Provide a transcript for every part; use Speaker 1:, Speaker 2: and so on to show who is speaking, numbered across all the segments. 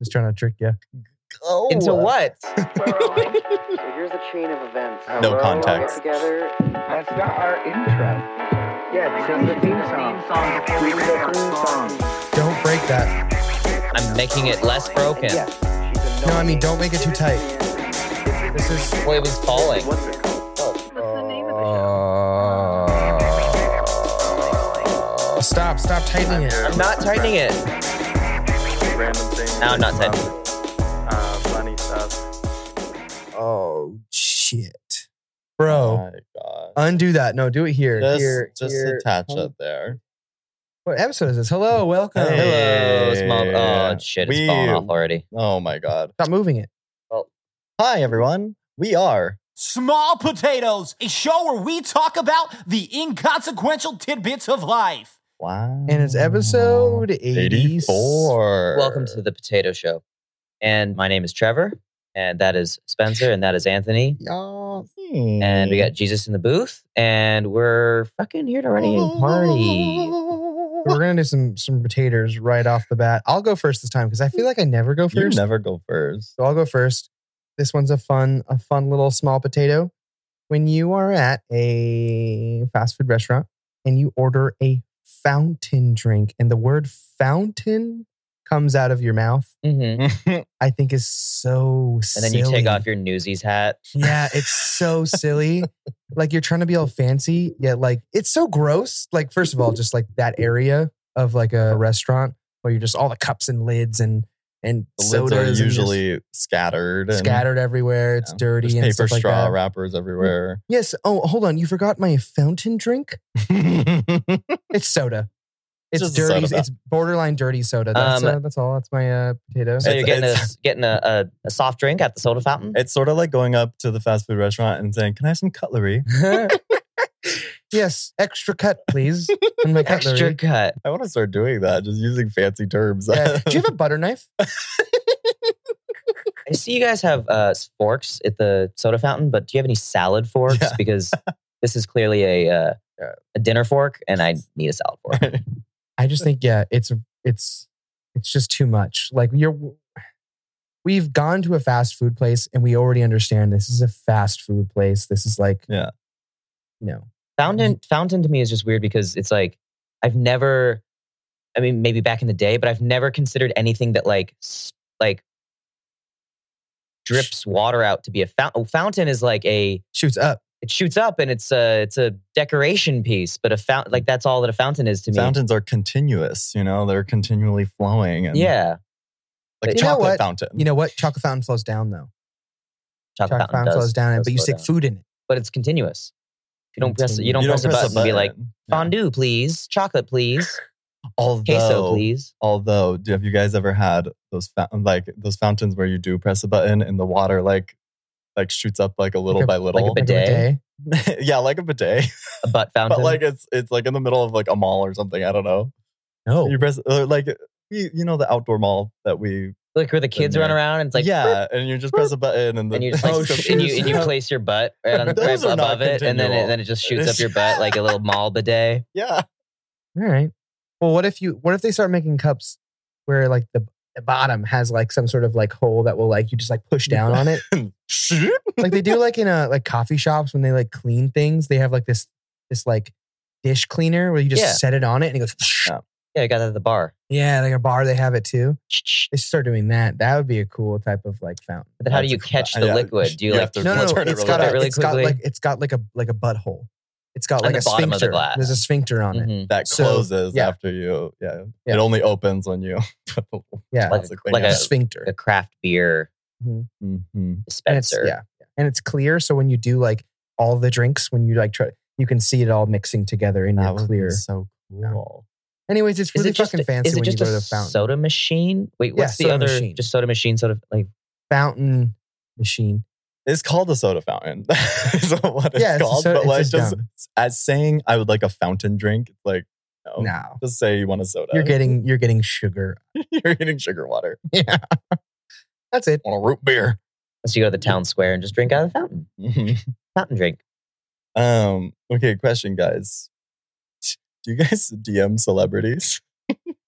Speaker 1: Just trying to trick you.
Speaker 2: Oh,
Speaker 3: Into what?
Speaker 4: here's the chain of events.
Speaker 5: No
Speaker 4: However long we
Speaker 5: context.
Speaker 4: get Together.
Speaker 6: That's not our intro. Yeah, this is the theme song. This is the theme song.
Speaker 1: Don't break that.
Speaker 3: I'm making it less broken.
Speaker 4: Yes, she's a
Speaker 1: No, I mean, don't make it too tight. This is.
Speaker 3: Well, it was falling.
Speaker 4: What's it called? Oh,
Speaker 7: What's the name of the show?
Speaker 1: Uh, stop, stop tightening it.
Speaker 3: I'm not tightening it.
Speaker 6: Random things.
Speaker 3: No, I'm not tightening it.
Speaker 6: Uh, funny stuff.
Speaker 1: Oh, shit. Bro,
Speaker 5: my god.
Speaker 1: undo that. No, do it here.
Speaker 5: Uh, Just,
Speaker 1: Oh. here,
Speaker 5: just
Speaker 1: here.
Speaker 5: attach it there.
Speaker 1: What episode is this? Hello, welcome.
Speaker 3: Hello, small.
Speaker 5: Yeah.
Speaker 3: Oh shit,
Speaker 5: We-
Speaker 3: it's falling off already.
Speaker 5: Oh my god.
Speaker 1: Stop moving it.
Speaker 5: Hi everyone. We are
Speaker 8: Small Potatoes, a show where we talk about the inconsequential tidbits of life.
Speaker 5: wow.
Speaker 1: And it's episode 84.
Speaker 5: 84.
Speaker 3: Welcome to the Potato Show, and my name is Trevor, and that is Spencer, and that is Anthony,
Speaker 5: y'all.
Speaker 3: and we got Jesus in the booth, and we're fucking here to run a party.
Speaker 1: We're gonna do some some potatoes right off the bat. I'll go first this time because I feel like I never go
Speaker 5: You
Speaker 1: first.
Speaker 5: never go first.
Speaker 1: So I'll go first. This one's a fun, a fun little small potato. When you are at a fast food restaurant and you order a fountain drink and the word fountain comes out of your mouth,
Speaker 3: Mm-hmm.
Speaker 1: I think is so
Speaker 3: And then you take off your Newsies hat.
Speaker 1: Yeah, it's so silly. Like you're trying to be all fancy, yet like it's so gross. Like, first of all, just like that area of like a restaurant where you're just all the cups and lids and and
Speaker 5: The lids
Speaker 1: sodas
Speaker 5: are
Speaker 1: and just-
Speaker 5: usually scattered. and-
Speaker 1: scattered everywhere. It's
Speaker 5: Mm-hmm. Yeah.
Speaker 1: dirty
Speaker 5: There's
Speaker 1: and
Speaker 5: paper
Speaker 1: stuff like
Speaker 5: straw
Speaker 1: that.
Speaker 5: wrappers everywhere.
Speaker 1: Yes. Oh, hold on. You forgot my fountain drink. It's soda. It's
Speaker 5: Just a
Speaker 1: dirty.
Speaker 5: soda.
Speaker 1: It's borderline dirty soda. That's,
Speaker 3: Um,
Speaker 1: uh, that's all. That's my uh, potato.
Speaker 3: So
Speaker 5: It's-
Speaker 3: you're getting a
Speaker 5: it's-
Speaker 3: getting a, a, a soft drink at the soda fountain.
Speaker 5: it's sort of like going up to the fast food restaurant and saying, "Can I have some cutlery?"
Speaker 1: yes, extra cut, please. And my
Speaker 3: Extra
Speaker 1: cutlery.
Speaker 3: cut.
Speaker 5: I want to start doing that, just using fancy terms.
Speaker 1: Yeah. Do you have a butter knife?
Speaker 3: I see you guys have uh, forks at the soda fountain, but do you have any salad forks?
Speaker 5: Yeah.
Speaker 3: Because this is clearly a uh,
Speaker 5: Yeah.
Speaker 3: a dinner fork, and I need a salad fork.
Speaker 1: I just think yeah, it's it's it's just too much. Like you're we've gone to a fast food place and we already understand this is a fast food place. This is like
Speaker 5: Yeah.
Speaker 1: you know,
Speaker 3: Fountain fountain to me is just weird because it's like I've never, I mean, maybe back in the day, but I've never considered anything that like s- like drips water out to be a fountain. Fountain is like a
Speaker 1: shoots up.
Speaker 3: it shoots up and it's a it's a decoration piece, but a fountain like that's all that a fountain is to me.
Speaker 5: Fountains are continuous, you know, they're continually flowing. And
Speaker 3: Yeah,
Speaker 5: Like a
Speaker 1: You know
Speaker 5: chocolate
Speaker 1: what?
Speaker 5: fountain.
Speaker 1: You know what? Chocolate fountain flows down though.
Speaker 3: chocolate,
Speaker 1: Chocolate fountain
Speaker 3: does-
Speaker 1: flows down,
Speaker 3: does
Speaker 1: but you
Speaker 3: slow
Speaker 1: stick
Speaker 3: down.
Speaker 1: food in it.
Speaker 3: but it's continuous. You don't press
Speaker 1: Continue.
Speaker 3: you don't, press, a button, and be like
Speaker 5: button. Yeah.
Speaker 3: fondue, please, chocolate, please,
Speaker 5: Although,
Speaker 3: queso, please.
Speaker 5: although, do- have you guys ever had those fou- like those fountains where you do press a button and the water like like shoots up like a little
Speaker 1: a-
Speaker 5: by little?
Speaker 3: Bidet?
Speaker 5: yeah, like a bidet,
Speaker 3: A butt fountain.
Speaker 5: but like it's it's like in the middle of like a mall or something. I don't know.
Speaker 3: Oh.
Speaker 1: No.
Speaker 5: You press or like you, you know the outdoor mall that we
Speaker 3: like where the kids
Speaker 5: in
Speaker 3: run
Speaker 5: there.
Speaker 3: around and it's like
Speaker 5: yeah, and you just press a button and, the,
Speaker 3: and you just like,
Speaker 5: Oh,
Speaker 3: and
Speaker 5: shit.
Speaker 3: you and you place your butt right on, right
Speaker 5: Those are not
Speaker 3: above it, and then
Speaker 5: continual.
Speaker 3: it, then it just shoots up your butt like a little mall bidet.
Speaker 5: yeah.
Speaker 1: All right. Well, what if you what if they start making cups where like the the bottom has like some sort of like hole that will like you just like push down on it. like they do like in a like coffee shops when they like clean things, they have like this this like dish cleaner where you just
Speaker 3: Yeah.
Speaker 1: set it on it and it goes
Speaker 5: Yeah.
Speaker 3: Yeah, I got that at the bar.
Speaker 1: Yeah, like a bar they have it too.
Speaker 3: But
Speaker 1: They should start doing that. That would be a cool type of like fountain.
Speaker 3: then how do
Speaker 5: That's
Speaker 3: you
Speaker 5: a-
Speaker 3: catch the
Speaker 5: yeah,
Speaker 3: liquid? Do you,
Speaker 5: you
Speaker 3: like
Speaker 5: have to
Speaker 1: no, no,
Speaker 5: Let's
Speaker 1: no.
Speaker 5: turn it
Speaker 1: It's
Speaker 5: really
Speaker 1: got
Speaker 3: quick.
Speaker 1: a,
Speaker 3: Really
Speaker 1: it's got
Speaker 3: quickly.
Speaker 1: like it's got like a like a butthole. It's got
Speaker 3: On
Speaker 1: like
Speaker 3: the
Speaker 1: a
Speaker 3: bottom of the
Speaker 1: sphincter.
Speaker 3: glass.
Speaker 1: There's a sphincter on it.
Speaker 3: Mhm.
Speaker 5: that
Speaker 1: So,
Speaker 5: closes
Speaker 1: yeah.
Speaker 5: after you. Yeah.
Speaker 1: Yeah.
Speaker 5: It only opens when you.
Speaker 1: Yeah,
Speaker 3: Like-
Speaker 5: Plastic thing
Speaker 3: like
Speaker 1: a
Speaker 5: out.
Speaker 3: a-
Speaker 1: sphincter.
Speaker 3: a craft beer
Speaker 5: Mhm.
Speaker 1: and it's
Speaker 3: dispenser.
Speaker 1: yeah, and it's clear. So when you do like all the drinks, when you like try, you can see it all mixing together in
Speaker 5: That
Speaker 1: your
Speaker 5: would
Speaker 1: clear.
Speaker 5: be so cool.
Speaker 1: Anyways, it's
Speaker 3: Is
Speaker 1: really
Speaker 3: it just
Speaker 1: fucking fancy
Speaker 3: is it
Speaker 1: when
Speaker 3: just
Speaker 1: you
Speaker 3: a
Speaker 1: go to the fountain.
Speaker 3: soda machine? Wait,
Speaker 1: Yeah,
Speaker 3: what's the
Speaker 1: soda
Speaker 3: other
Speaker 1: machine.
Speaker 3: just soda machine? Sort of like
Speaker 1: fountain machine.
Speaker 5: It's called a soda fountain. That's what it's
Speaker 1: Yeah, it's a
Speaker 5: called.
Speaker 1: soda-
Speaker 5: but
Speaker 1: it's
Speaker 5: like,
Speaker 1: just
Speaker 5: just as saying, I would like a fountain drink. Like, no,
Speaker 1: No,
Speaker 5: just say you want a soda.
Speaker 1: you're getting you're getting sugar.
Speaker 5: You're getting sugar water.
Speaker 1: Yeah, that's it.
Speaker 5: Want a root beer?
Speaker 3: so you go to the town square and just drink out of the fountain.
Speaker 5: Mhm.
Speaker 3: Fountain drink.
Speaker 5: um. Okay. Question, guys. Do you guys DM celebrities?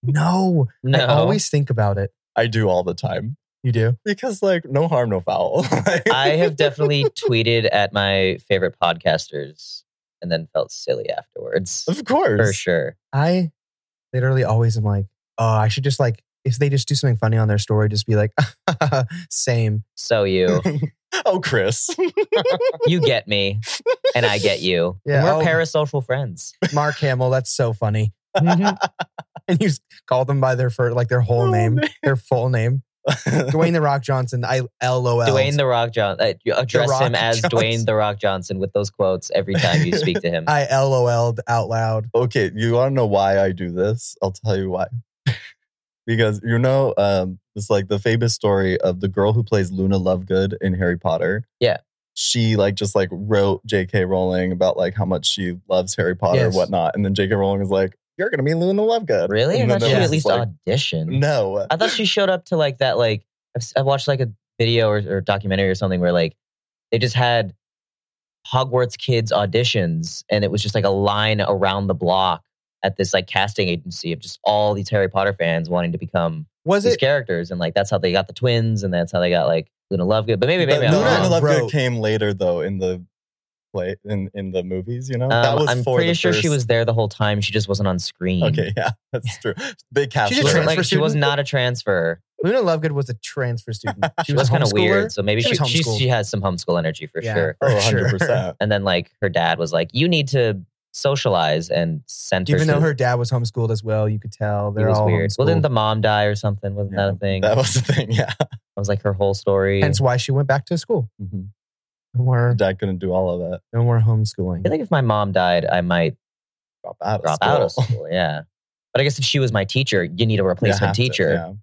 Speaker 1: No,
Speaker 3: No.
Speaker 1: I always think about it.
Speaker 5: I do all the time
Speaker 1: You do?
Speaker 5: because like no harm, no foul. Like,
Speaker 3: I have definitely tweeted at my favorite podcasters and then felt silly afterwards.
Speaker 5: of course.
Speaker 3: For sure.
Speaker 1: I literally always am like, oh, I should just like, if they just do something funny on their story, just be like, same.
Speaker 3: So you.
Speaker 5: oh, Chris.
Speaker 3: You get me. And I get you.
Speaker 1: Yeah,
Speaker 3: And we're
Speaker 1: I'll-
Speaker 3: parasocial friends.
Speaker 1: Mark Hamill, that's so funny. and you s- call them by their first, like their whole
Speaker 5: Oh,
Speaker 1: name,
Speaker 5: man.
Speaker 1: their Mm-hmm. full name. Dwayne the Rock Johnson, I LOL.
Speaker 3: Dwayne the Rock Johnson. Uh, you address
Speaker 1: Rock
Speaker 3: him as
Speaker 1: Johnson.
Speaker 3: Dwayne the Rock Johnson with those quotes every time you speak to him.
Speaker 1: I LOL'd out loud.
Speaker 5: okay, you want to know why I do this? I'll tell you why. because you know, um, it's like the famous story of the girl who plays Luna Lovegood in Harry Potter.
Speaker 3: Yeah.
Speaker 5: She like just like wrote J.K. Rowling about like how much she loves Harry Potter and
Speaker 1: Yes.
Speaker 5: whatnot, and then J.K. Rowling is like, "You're gonna be Luna Lovegood."
Speaker 3: really? I
Speaker 5: And
Speaker 3: thought
Speaker 5: then
Speaker 3: she
Speaker 5: I was
Speaker 3: at
Speaker 5: just
Speaker 3: least
Speaker 5: like,
Speaker 3: auditioned.
Speaker 5: No.
Speaker 3: I thought she showed up to like that, like, I've, s- I watched like a video or, or documentary or something where like they just had Hogwarts kids auditions and it was just like a line around the block at this like casting agency of just all these Harry Potter fans wanting to become
Speaker 1: Was
Speaker 3: these
Speaker 1: it?
Speaker 3: characters. And like that's how they got the twins and that's how they got like Luna Lovegood. But maybe,
Speaker 5: But
Speaker 3: maybe I'm
Speaker 5: Luna
Speaker 3: wrong.
Speaker 5: and Lovegood
Speaker 1: Wrote-
Speaker 5: came later though in the play in in the movies. You know,
Speaker 3: Um,
Speaker 5: that was
Speaker 3: I'm
Speaker 5: for
Speaker 3: pretty
Speaker 5: the
Speaker 3: sure she
Speaker 5: first-
Speaker 3: was there the whole time. She just wasn't on screen.
Speaker 5: Okay, yeah, that's true. They cast.
Speaker 1: She's a
Speaker 3: Mm. She
Speaker 5: her.
Speaker 3: was, like,
Speaker 1: transfer
Speaker 3: she was
Speaker 1: student?
Speaker 3: not a transfer.
Speaker 1: Luna Lovegood was a transfer student.
Speaker 3: She was kind
Speaker 1: a
Speaker 3: of weird.
Speaker 1: homeschooler.
Speaker 3: So maybe
Speaker 1: She
Speaker 3: she,
Speaker 1: was
Speaker 3: she,
Speaker 1: homeschooled.
Speaker 3: she has some homeschool energy for
Speaker 1: Yeah.
Speaker 3: sure.
Speaker 5: Oh,
Speaker 1: For sure.
Speaker 5: 100%.
Speaker 3: And then like her dad was like, you need to socialize and center.
Speaker 1: Even
Speaker 3: to-
Speaker 1: though her dad was homeschooled as well, you could tell
Speaker 3: he
Speaker 1: they're
Speaker 3: was
Speaker 1: all
Speaker 3: weird. Well, didn't
Speaker 1: homeschooled.
Speaker 3: the mom die or something? Wasn't
Speaker 5: Yeah,
Speaker 3: that a thing?
Speaker 5: That
Speaker 3: That
Speaker 5: was the thing, yeah.
Speaker 3: was like her whole story.
Speaker 1: Hence why she went back to school.
Speaker 3: Mm-hmm.
Speaker 5: Mhm.
Speaker 1: No more,
Speaker 5: Dad couldn't do all of that.
Speaker 1: no more
Speaker 3: I
Speaker 1: homeschooling.
Speaker 3: feel like if my mom died, I might
Speaker 5: Drop out.
Speaker 3: drop
Speaker 5: of
Speaker 3: out of
Speaker 5: school.
Speaker 3: school. Yeah. But I guess if she was my teacher, you need a
Speaker 5: You have
Speaker 3: replacement
Speaker 5: to,
Speaker 3: teacher.
Speaker 5: yeah.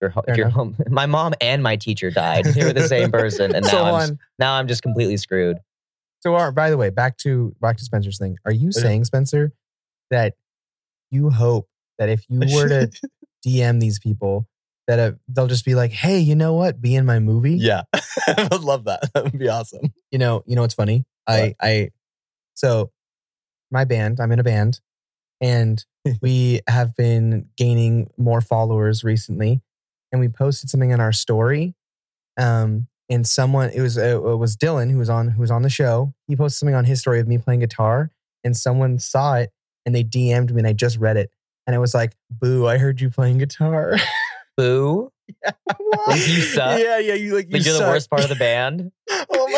Speaker 3: Your ho-
Speaker 1: Fair
Speaker 3: if your
Speaker 1: enough.
Speaker 3: home, my mom and my teacher died. They were the same person, and now
Speaker 1: so
Speaker 3: I'm s-
Speaker 1: on.
Speaker 3: now I'm just completely screwed.
Speaker 1: So, Warren, by the way, back to back to Spencer's thing. Are you
Speaker 5: Yeah.
Speaker 1: saying, Spencer, that you hope that if you were to DM these people, that uh they'll just be like, "Hey, you know what? Be in my movie."
Speaker 5: yeah, I would love that. That would be awesome.
Speaker 1: You know, you know what's funny? I, I, so my band, I'm in a band, and we have been gaining more followers recently, and we posted something in our story, um, and someone it was uh, it was Dylan who was on who was on the show. He posted something on his story of me playing guitar, and someone saw it and they DM'd me, and I just read it, and it was like, "Boo! I heard you playing guitar."
Speaker 3: Boo! Like, you suck?
Speaker 1: Yeah, yeah, you like you
Speaker 3: Like you're the
Speaker 1: suck.
Speaker 3: worst part of the band.
Speaker 5: Oh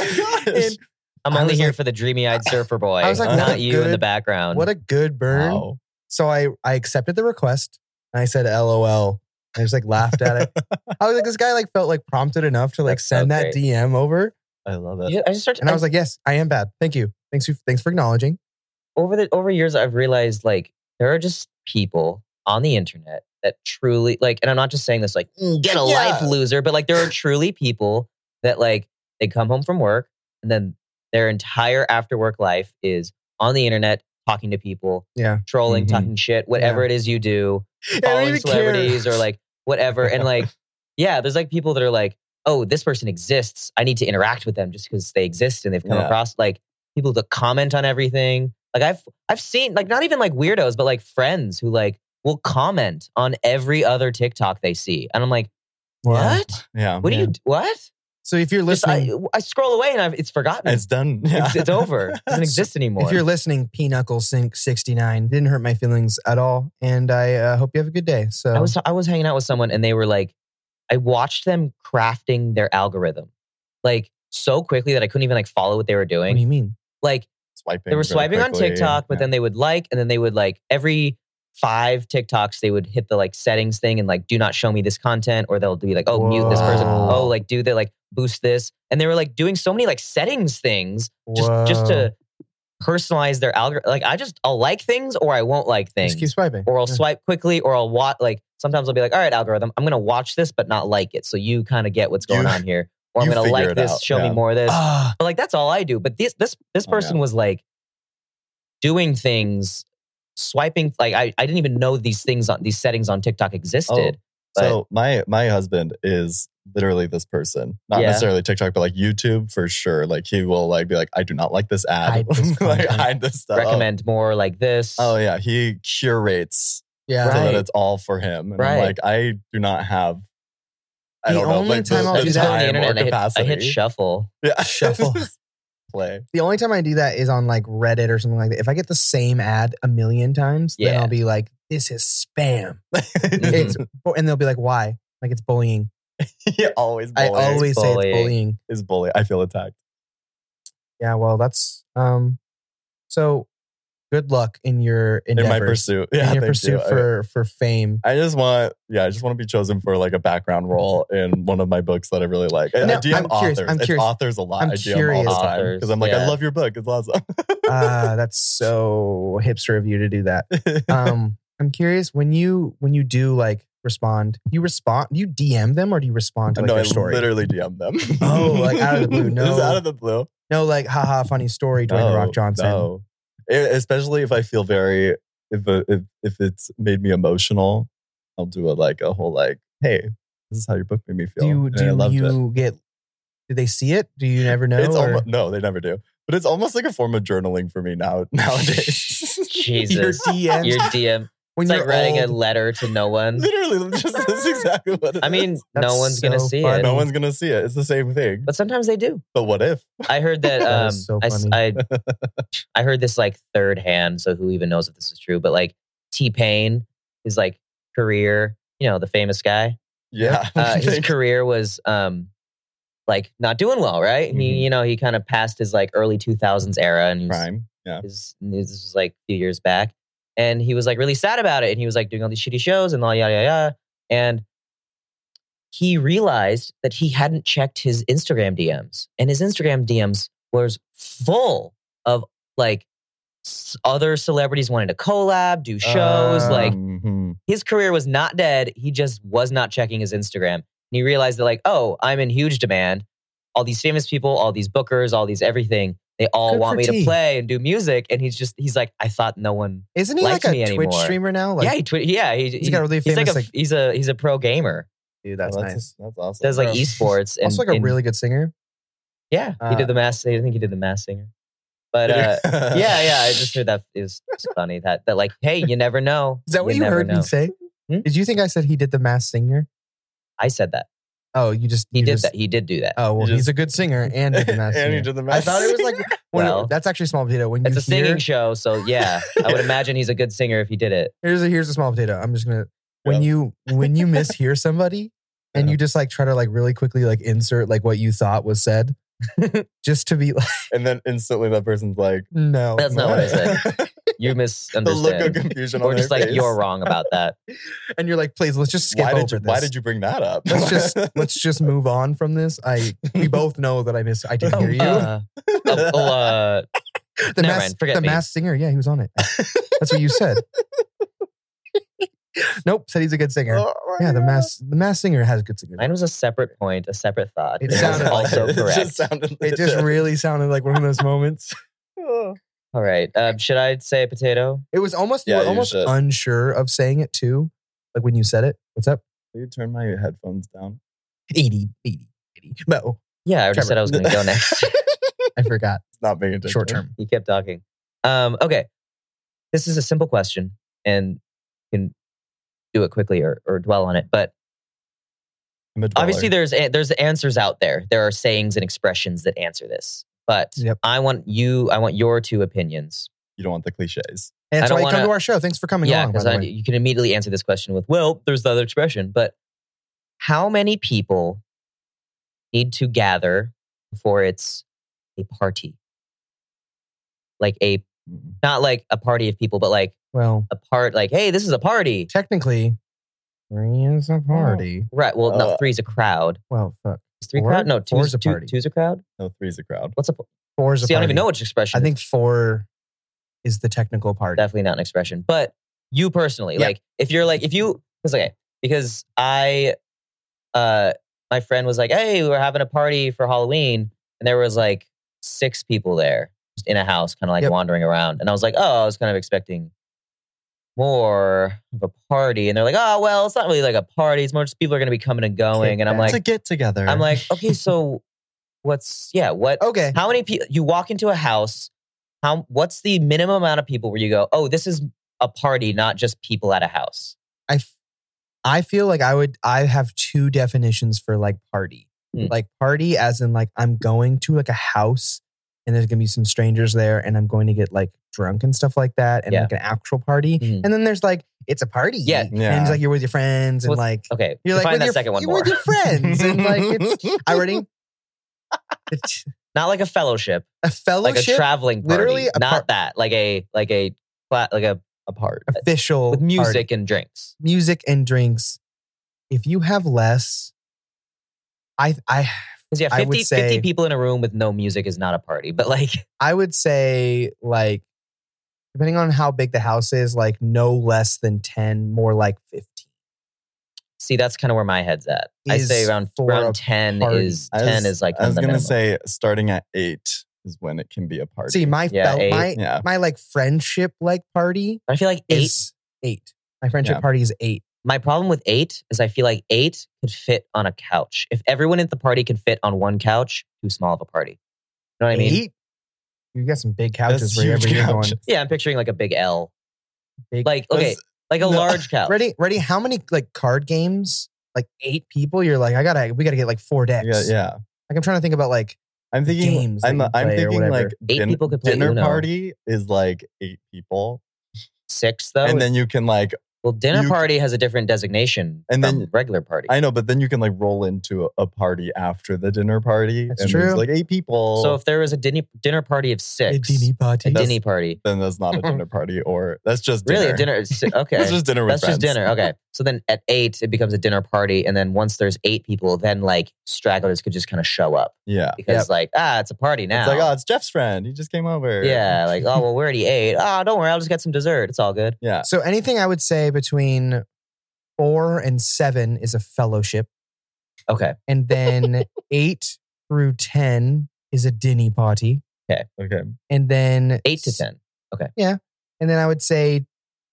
Speaker 5: my gosh.
Speaker 1: And
Speaker 3: I'm
Speaker 1: I
Speaker 3: only
Speaker 1: was
Speaker 3: here
Speaker 1: like-
Speaker 3: for the dreamy-eyed surfer boy.
Speaker 1: I was like,
Speaker 5: what
Speaker 3: not
Speaker 1: a
Speaker 3: you in the
Speaker 1: good-
Speaker 3: background.
Speaker 1: What a good burn.
Speaker 5: Wow.
Speaker 1: So I I accepted the request and I said LOL. I just like laughed at it. I was like, this guy like felt like prompted enough to like
Speaker 3: That's so
Speaker 1: send that
Speaker 3: great.
Speaker 1: DM over.
Speaker 5: I love it.
Speaker 3: You- I just started.
Speaker 1: And I was like, yes, I am bad. Thank you. Thanks for thanks for acknowledging.
Speaker 3: over the over years, I've realized like there are just people on the internet that truly like, and I'm not just saying this like "Mm, get a
Speaker 5: Yeah.
Speaker 3: life loser, but like there are truly people that like they come home from work and then their entire after work life is on the internet talking to people,
Speaker 1: Yeah.
Speaker 3: trolling,
Speaker 5: Mhm.
Speaker 3: talking shit, whatever it is you do, following celebrities or like whatever. And like, yeah, there's like people that are like, oh, this person exists. I need to interact with them just because they exist and they've come
Speaker 5: Yeah.
Speaker 3: across like people that comment on everything. Like I've I've seen like not even like weirdos, but like friends who like will comment on every other TikTok they see. And I'm like, what?
Speaker 1: Oh,
Speaker 5: Yeah.
Speaker 3: What do you what?
Speaker 1: So if you're
Speaker 3: Just, I,
Speaker 1: listening,
Speaker 3: I scroll away and I've, it's forgotten.
Speaker 5: It's done. Yeah.
Speaker 3: it's, it's over. It doesn't exist anymore.
Speaker 1: if you're listening, P Knuckle Sync 69 didn't hurt my feelings at all. And I uh, hope you have a good day. So
Speaker 3: I was I was hanging out with someone and they were like, I watched them crafting their algorithm like so quickly that I couldn't even like follow what they were
Speaker 1: what do
Speaker 3: doing.
Speaker 1: you mean?
Speaker 3: Like
Speaker 5: swiping.
Speaker 3: they were
Speaker 5: really
Speaker 3: swiping on
Speaker 5: quickly.
Speaker 3: TikTok, but
Speaker 5: Yeah.
Speaker 3: then they would like, and then they would like every five TikToks, they would hit the like settings thing and like do not show me this content, or they'll be like, oh, mute this person.
Speaker 1: Whoa.
Speaker 3: Oh, like do they like boost this. And they were like doing so many like settings things just just
Speaker 1: Whoa.
Speaker 3: to personalize their algorithm. Like I just I'll like things or I won't like things
Speaker 1: just keep swiping.
Speaker 3: or I'll
Speaker 1: Yeah.
Speaker 3: swipe quickly, or I'll watch. Like sometimes I'll be like, "All right, algorithm, I'm gonna watch this, but not like it." So you kind of get what's going
Speaker 5: You-
Speaker 3: on here, or I'm
Speaker 5: you
Speaker 3: gonna
Speaker 5: figure
Speaker 3: like
Speaker 5: it
Speaker 3: this,
Speaker 5: out,
Speaker 3: show
Speaker 5: yeah.
Speaker 3: me more of this.
Speaker 1: Ah,
Speaker 3: but like that's all I do. But this this this
Speaker 5: Oh,
Speaker 3: person was like doing things, swiping. Like I I didn't even know these things on these settings on TikTok existed. but-
Speaker 5: Oh, So my my husband is literally this person, not
Speaker 3: Yeah.
Speaker 5: necessarily TikTok, but like YouTube for sure. Like he will like be like, I do not like this ad.
Speaker 1: Hide this
Speaker 5: like
Speaker 1: content.
Speaker 5: hide this stuff.
Speaker 3: Recommend more like this.
Speaker 5: Oh yeah, he curates
Speaker 1: Yeah.
Speaker 5: so that
Speaker 3: Right.
Speaker 5: it's all for him. And I'm
Speaker 3: Right.
Speaker 5: like, I do not have. I
Speaker 1: The
Speaker 5: don't know,
Speaker 1: only
Speaker 5: like,
Speaker 1: time
Speaker 5: the,
Speaker 1: I'll
Speaker 5: the
Speaker 1: do
Speaker 3: just
Speaker 1: that-
Speaker 3: go on
Speaker 5: time
Speaker 3: the internet and
Speaker 5: or
Speaker 3: I hit, I
Speaker 5: capacity.
Speaker 3: hit shuffle.
Speaker 5: yeah.
Speaker 1: shuffle.
Speaker 5: play.
Speaker 1: The only time I do that is on like Reddit or something like that. If I get the same ad a million times, then
Speaker 3: Yeah.
Speaker 1: I'll be like, this is spam.
Speaker 5: it's
Speaker 1: It's, and they'll be like, why? Like it's bullying.
Speaker 5: always
Speaker 1: I
Speaker 5: bully.
Speaker 1: always say
Speaker 3: bullying.
Speaker 1: it's bullying.
Speaker 5: is bully. I feel attacked.
Speaker 1: Yeah, well, that's um so good luck in your
Speaker 5: in
Speaker 1: endeavors.
Speaker 5: my pursuit. Yeah,
Speaker 1: in your
Speaker 5: thank
Speaker 1: pursuit
Speaker 5: you. I-
Speaker 1: for for fame.
Speaker 5: I just want, yeah, I just want to be chosen for like a background role in one of my books that I really like. I, I
Speaker 1: No,
Speaker 5: DM
Speaker 1: I'm
Speaker 5: authors.
Speaker 1: curious, I'm
Speaker 5: it's
Speaker 1: curious.
Speaker 5: authors a lot.
Speaker 1: I'm
Speaker 5: I DM all
Speaker 1: curious.
Speaker 5: the time
Speaker 3: Authors,
Speaker 5: because I'm like, I
Speaker 3: yeah.
Speaker 5: love your book. It's awesome.
Speaker 1: Ah, that's so hipster of you to do that. Um I'm curious when you when you do like respond, you respond, you DM them or do you respond to like
Speaker 5: Uh, no, I
Speaker 1: their story?
Speaker 5: literally DM them.
Speaker 1: Oh, like, out of the blue,
Speaker 5: just
Speaker 1: no.
Speaker 5: out of the blue.
Speaker 1: No, like haha, funny story, Dwayne The
Speaker 5: No,
Speaker 1: Rock Johnson.
Speaker 5: No. E- especially if I feel very if uh, if if it's made me emotional, I'll do a like a whole like, hey, this is how your book made me feel.
Speaker 1: Do you
Speaker 5: and I
Speaker 1: do
Speaker 5: loved it.
Speaker 1: you get? Do they see it? Do you never know?
Speaker 5: it's
Speaker 1: or-
Speaker 5: almost, no, they never do. But it's almost like a form of journaling for me now nowadays.
Speaker 1: your
Speaker 3: Jesus.
Speaker 1: DMs
Speaker 3: Your DM.
Speaker 1: when
Speaker 3: it's like
Speaker 1: you're
Speaker 3: writing
Speaker 1: old?
Speaker 3: a letter to no one.
Speaker 5: Literally, just that's exactly what it
Speaker 3: I mean,
Speaker 5: is.
Speaker 1: That's
Speaker 3: no one's gonna
Speaker 1: so
Speaker 3: see
Speaker 1: funny.
Speaker 3: it.
Speaker 5: no one's gonna see it. It's the same thing.
Speaker 3: but sometimes they do.
Speaker 5: But what if?
Speaker 3: I heard that.
Speaker 1: That
Speaker 3: Um,
Speaker 1: is so
Speaker 3: I s-
Speaker 1: funny.
Speaker 3: I, I heard this like third hand, so who even knows if this is true? But like T Pain, his like career, you know, the famous guy.
Speaker 5: Yeah,
Speaker 3: Uh, his
Speaker 5: Like,
Speaker 3: career was um, like not doing well, right?
Speaker 5: Mhm.
Speaker 1: Mm-hmm.
Speaker 3: He, you know, he kind of passed his like early two thousands era, and he was
Speaker 5: crime. Yeah,
Speaker 3: his, this was like a few years back, and he was like really sad about it, and he was like doing all these shitty shows and all yada yada, yada. and he realized that he hadn't checked his Instagram DMs, and his Instagram DMs was full of like s- other celebrities wanting to collab, do shows. like
Speaker 5: Mhm.
Speaker 3: his career was not dead; he just was not checking his Instagram, and he realized that like, oh, I'm in huge demand. All these famous people, all these bookers, all these everything. They all
Speaker 1: Good for
Speaker 3: want me
Speaker 1: T.
Speaker 3: to play and do music, and he's just he's like, I thought no one
Speaker 1: Isn't he like
Speaker 3: likes
Speaker 1: a
Speaker 3: me
Speaker 1: Twitch
Speaker 3: anymore.
Speaker 1: streamer now? Like,
Speaker 3: yeah, he twi- yeah, he,
Speaker 1: he's got a really
Speaker 3: he's like
Speaker 1: famous.
Speaker 3: a
Speaker 1: Like,
Speaker 3: he's a he's a pro gamer.
Speaker 1: dude, that's,
Speaker 5: Well,
Speaker 1: nice.
Speaker 5: that's awesome.
Speaker 3: Does like
Speaker 5: Bro.
Speaker 3: esports and
Speaker 1: also, like a
Speaker 3: and-
Speaker 1: really good singer.
Speaker 3: yeah. he
Speaker 1: uh,
Speaker 3: did the mass. I think he did the mass singer. But uh, yeah, yeah, I just heard that is it's funny that that like, hey, you never know.
Speaker 1: Is that what you,
Speaker 3: never
Speaker 1: heard
Speaker 3: know.
Speaker 1: me say?
Speaker 3: Hmm?
Speaker 1: Did you think I said he did the mass singer?
Speaker 3: I said that
Speaker 1: Oh, you just
Speaker 3: he
Speaker 1: you
Speaker 3: did
Speaker 1: just-
Speaker 3: that. He did do that.
Speaker 1: Oh well,
Speaker 5: He
Speaker 1: he's a good singer and did the mass
Speaker 5: And
Speaker 1: singer.
Speaker 5: he did the
Speaker 1: I
Speaker 5: mass
Speaker 1: thought it was like when it-
Speaker 3: Well.
Speaker 1: that's actually small potato. When
Speaker 3: it's
Speaker 1: you
Speaker 3: a singing
Speaker 1: hear-
Speaker 3: show, so yeah, I would imagine he's a good singer if he did it.
Speaker 1: here's a here's a small potato. I'm just gonna when
Speaker 5: Yep.
Speaker 1: you when you mishear somebody and you just like try to like really quickly like insert like what you thought was said, just to be like
Speaker 5: and then instantly that person's like,
Speaker 1: no,
Speaker 3: That's not what I said. You
Speaker 5: the look of
Speaker 3: misunderstand,
Speaker 5: confusion
Speaker 3: or
Speaker 5: on
Speaker 3: just
Speaker 5: their
Speaker 3: like
Speaker 5: face.
Speaker 3: you're wrong about that.
Speaker 1: And you're like, please let's just skip
Speaker 5: why
Speaker 1: over
Speaker 5: did you,
Speaker 1: this.
Speaker 5: Why did you bring that up?
Speaker 1: Let's just let's just move on from this. I we both know that I miss I didn't hear you.
Speaker 3: Uh, oh, oh, uh,
Speaker 1: the
Speaker 3: never
Speaker 1: mass,
Speaker 3: mind, forget
Speaker 1: the
Speaker 3: me.
Speaker 1: mass singer, yeah, he was on it. That's what you said. nope, said he's a good singer.
Speaker 5: Oh,
Speaker 1: Yeah, the mass the mass singer has good singers.
Speaker 3: Mine was a separate point, a separate thought.
Speaker 1: It
Speaker 3: was
Speaker 1: sounded like
Speaker 3: also
Speaker 5: it
Speaker 3: correct.
Speaker 5: Just sounded
Speaker 1: It just really sounded like one of those moments.
Speaker 3: All right. Um, should I say potato?
Speaker 1: It was almost you
Speaker 5: Yeah,
Speaker 1: were
Speaker 5: you
Speaker 1: almost
Speaker 5: should.
Speaker 1: unsure of saying it too. Like when you said it, what's up?
Speaker 5: Will you turn my headphones down?
Speaker 1: 80, 80, 80. No,
Speaker 3: Yeah, I already
Speaker 1: Trevor.
Speaker 3: said I was going to go next.
Speaker 1: I forgot.
Speaker 5: It's not being attention.
Speaker 1: Short term.
Speaker 3: you kept talking. Um, okay. This is a simple question and you can do it quickly or, or dwell on it. But
Speaker 5: I'm a
Speaker 3: obviously,
Speaker 5: dweller.
Speaker 3: there's, a- there's answers out there. There are sayings and expressions that answer this. But
Speaker 1: Yep.
Speaker 3: I want you, I want your two opinions.
Speaker 5: you don't want the cliches.
Speaker 1: And that's
Speaker 3: I
Speaker 1: why you
Speaker 3: don't
Speaker 1: come
Speaker 3: wanna-
Speaker 1: to our show. Thanks for coming
Speaker 3: yeah,
Speaker 1: along. By
Speaker 3: because
Speaker 1: the way.
Speaker 3: you can immediately answer this question with, well, there's the other expression. But how many people need to gather before it's a party? Like a,
Speaker 5: Mm.
Speaker 3: not like a party of people, but like
Speaker 1: well,
Speaker 3: a part, like, hey, this is a party.
Speaker 1: technically, three is a party.
Speaker 3: Right. Well,
Speaker 5: Uh,
Speaker 3: no, three's a crowd.
Speaker 1: Well, fuck.
Speaker 3: Is three
Speaker 1: four?
Speaker 3: crowd? No,
Speaker 1: Four's
Speaker 3: two's
Speaker 1: a
Speaker 3: a
Speaker 1: party.
Speaker 3: Two, two's a crowd.
Speaker 5: No three's a crowd.
Speaker 3: What's a p-
Speaker 1: Four is a
Speaker 3: see? I
Speaker 1: party.
Speaker 3: don't even know which expression.
Speaker 1: I
Speaker 3: it
Speaker 1: think
Speaker 3: is.
Speaker 1: four is the technical party.
Speaker 3: definitely not an expression. But you personally,
Speaker 1: Yeah.
Speaker 3: like, if you're like, if you, it's okay because I, uh, my friend was like, hey, we were having a party for Halloween, and there was like six people there just in a house, kind of like
Speaker 1: Yep.
Speaker 3: wandering around, and I was like, oh, I was kind of expecting more of a party, and they're like, oh, well, it's not really like a party. It's more just people are going to be coming and going, and I'm
Speaker 1: It's
Speaker 3: like,
Speaker 5: it's a get together.
Speaker 3: I'm like, okay, so what's yeah, what
Speaker 1: okay.
Speaker 3: how many people you walk into a house, how what's the minimum amount of people where you go, "Oh, this is a party, not just people at a house.
Speaker 1: I, f- I feel like I would I have two definitions for like party.
Speaker 3: Hmm.
Speaker 1: Like party as in like I'm going to like a house and there's gonna be some strangers there and I'm going to get like drunk and stuff like that and
Speaker 3: Yeah.
Speaker 1: like an actual party.
Speaker 3: Mhm.
Speaker 1: And then there's like it's a party.
Speaker 3: Yeah.
Speaker 1: And it's
Speaker 5: Yeah.
Speaker 1: like you're with your friends and
Speaker 3: What's-
Speaker 1: like
Speaker 3: Okay,
Speaker 1: you're like
Speaker 3: define
Speaker 1: with
Speaker 3: that
Speaker 1: your,
Speaker 3: second one
Speaker 1: you're
Speaker 3: more.
Speaker 1: with your friends and like it's I already it's
Speaker 3: not like a fellowship,
Speaker 1: a
Speaker 3: like a
Speaker 1: fellowship
Speaker 3: traveling party,
Speaker 1: Literally a
Speaker 3: not
Speaker 1: par-
Speaker 3: that, like a like a cla- like a a part
Speaker 1: official
Speaker 3: uh, with music
Speaker 1: party.
Speaker 3: and drinks.
Speaker 1: music and drinks. If you have less, I I
Speaker 3: 'Cause, Yeah,
Speaker 1: I
Speaker 3: 50,
Speaker 1: would
Speaker 3: 50
Speaker 1: say-
Speaker 3: people in a room with no music is not a party, but like
Speaker 1: I would say like depending on how big the house is, like no less than ten, more like fifteen.
Speaker 3: See, that's kind of where my head's at. I
Speaker 1: Is
Speaker 3: say around
Speaker 1: for a
Speaker 3: around ten
Speaker 1: party.
Speaker 3: is
Speaker 5: I
Speaker 3: ten
Speaker 5: was-
Speaker 3: is like
Speaker 5: I was
Speaker 3: the
Speaker 5: gonna
Speaker 3: minimum.
Speaker 5: say starting at eight is when it can be a party.
Speaker 1: See, my
Speaker 3: Yeah,
Speaker 1: fel-
Speaker 3: eight.
Speaker 1: my
Speaker 5: yeah,
Speaker 1: my like friendship like party
Speaker 3: I feel like eight.
Speaker 1: is eight. My friendship
Speaker 5: Yeah.
Speaker 1: party is eight.
Speaker 3: my problem with eight is I feel like eight could fit on a couch. If everyone at the party could fit on one couch, too small of a party. You know what I mean?
Speaker 1: Eight. You got some big couches
Speaker 5: that's
Speaker 1: wherever
Speaker 5: huge
Speaker 1: you're
Speaker 5: couch.
Speaker 1: going.
Speaker 3: Yeah, I'm picturing like a big L,
Speaker 1: Big,
Speaker 3: like okay,
Speaker 5: That's-
Speaker 3: like a
Speaker 5: no.
Speaker 3: large couch.
Speaker 1: ready, ready. How many like card games? Like eight people. You're like, I gotta, we gotta get like four decks.
Speaker 5: Yeah, yeah.
Speaker 1: Like I'm trying to think about like
Speaker 5: I'm
Speaker 1: the
Speaker 5: thinking.
Speaker 1: games that
Speaker 5: I'm,
Speaker 1: you
Speaker 5: I'm
Speaker 1: play or
Speaker 5: thinking
Speaker 1: whatever.
Speaker 5: like
Speaker 3: Eight
Speaker 5: din-
Speaker 3: people could play
Speaker 5: dinner
Speaker 3: Uno.
Speaker 5: party is like eight people,
Speaker 3: Six though.
Speaker 5: and then you can like
Speaker 3: well, dinner
Speaker 5: you-
Speaker 3: party has a different designation
Speaker 5: And
Speaker 3: from
Speaker 5: then-
Speaker 3: regular party.
Speaker 5: I know, but then you can like roll into a, a party after the dinner party.
Speaker 1: That's
Speaker 5: and there's
Speaker 1: true.
Speaker 5: like eight people.
Speaker 3: so if there was a dinner dinner party of
Speaker 1: a
Speaker 3: six,
Speaker 1: dini party.
Speaker 3: a dinner party,
Speaker 5: then that's not a dinner party, or that's just dinner.
Speaker 3: really a dinner. is si- Okay,
Speaker 5: That's just dinner with
Speaker 3: That's just
Speaker 5: friends.
Speaker 3: dinner. Okay. So then at eight, it becomes a dinner party. And then once there's eight people, then like stragglers could just kind of show up
Speaker 5: Yeah.
Speaker 3: because like, ah, it's a party now.
Speaker 5: It's like, oh, it's Jeff's friend. He just came over.
Speaker 3: yeah. Like, oh, well, we already ate. Oh, don't worry. I'll just get some dessert. It's all good.
Speaker 5: Yeah.
Speaker 1: So anything I would say between four and seven is a fellowship,
Speaker 3: Okay.
Speaker 1: and then eight through ten is a dinny party,
Speaker 5: Okay.
Speaker 1: and then
Speaker 3: Eight to 10.
Speaker 1: and then I would say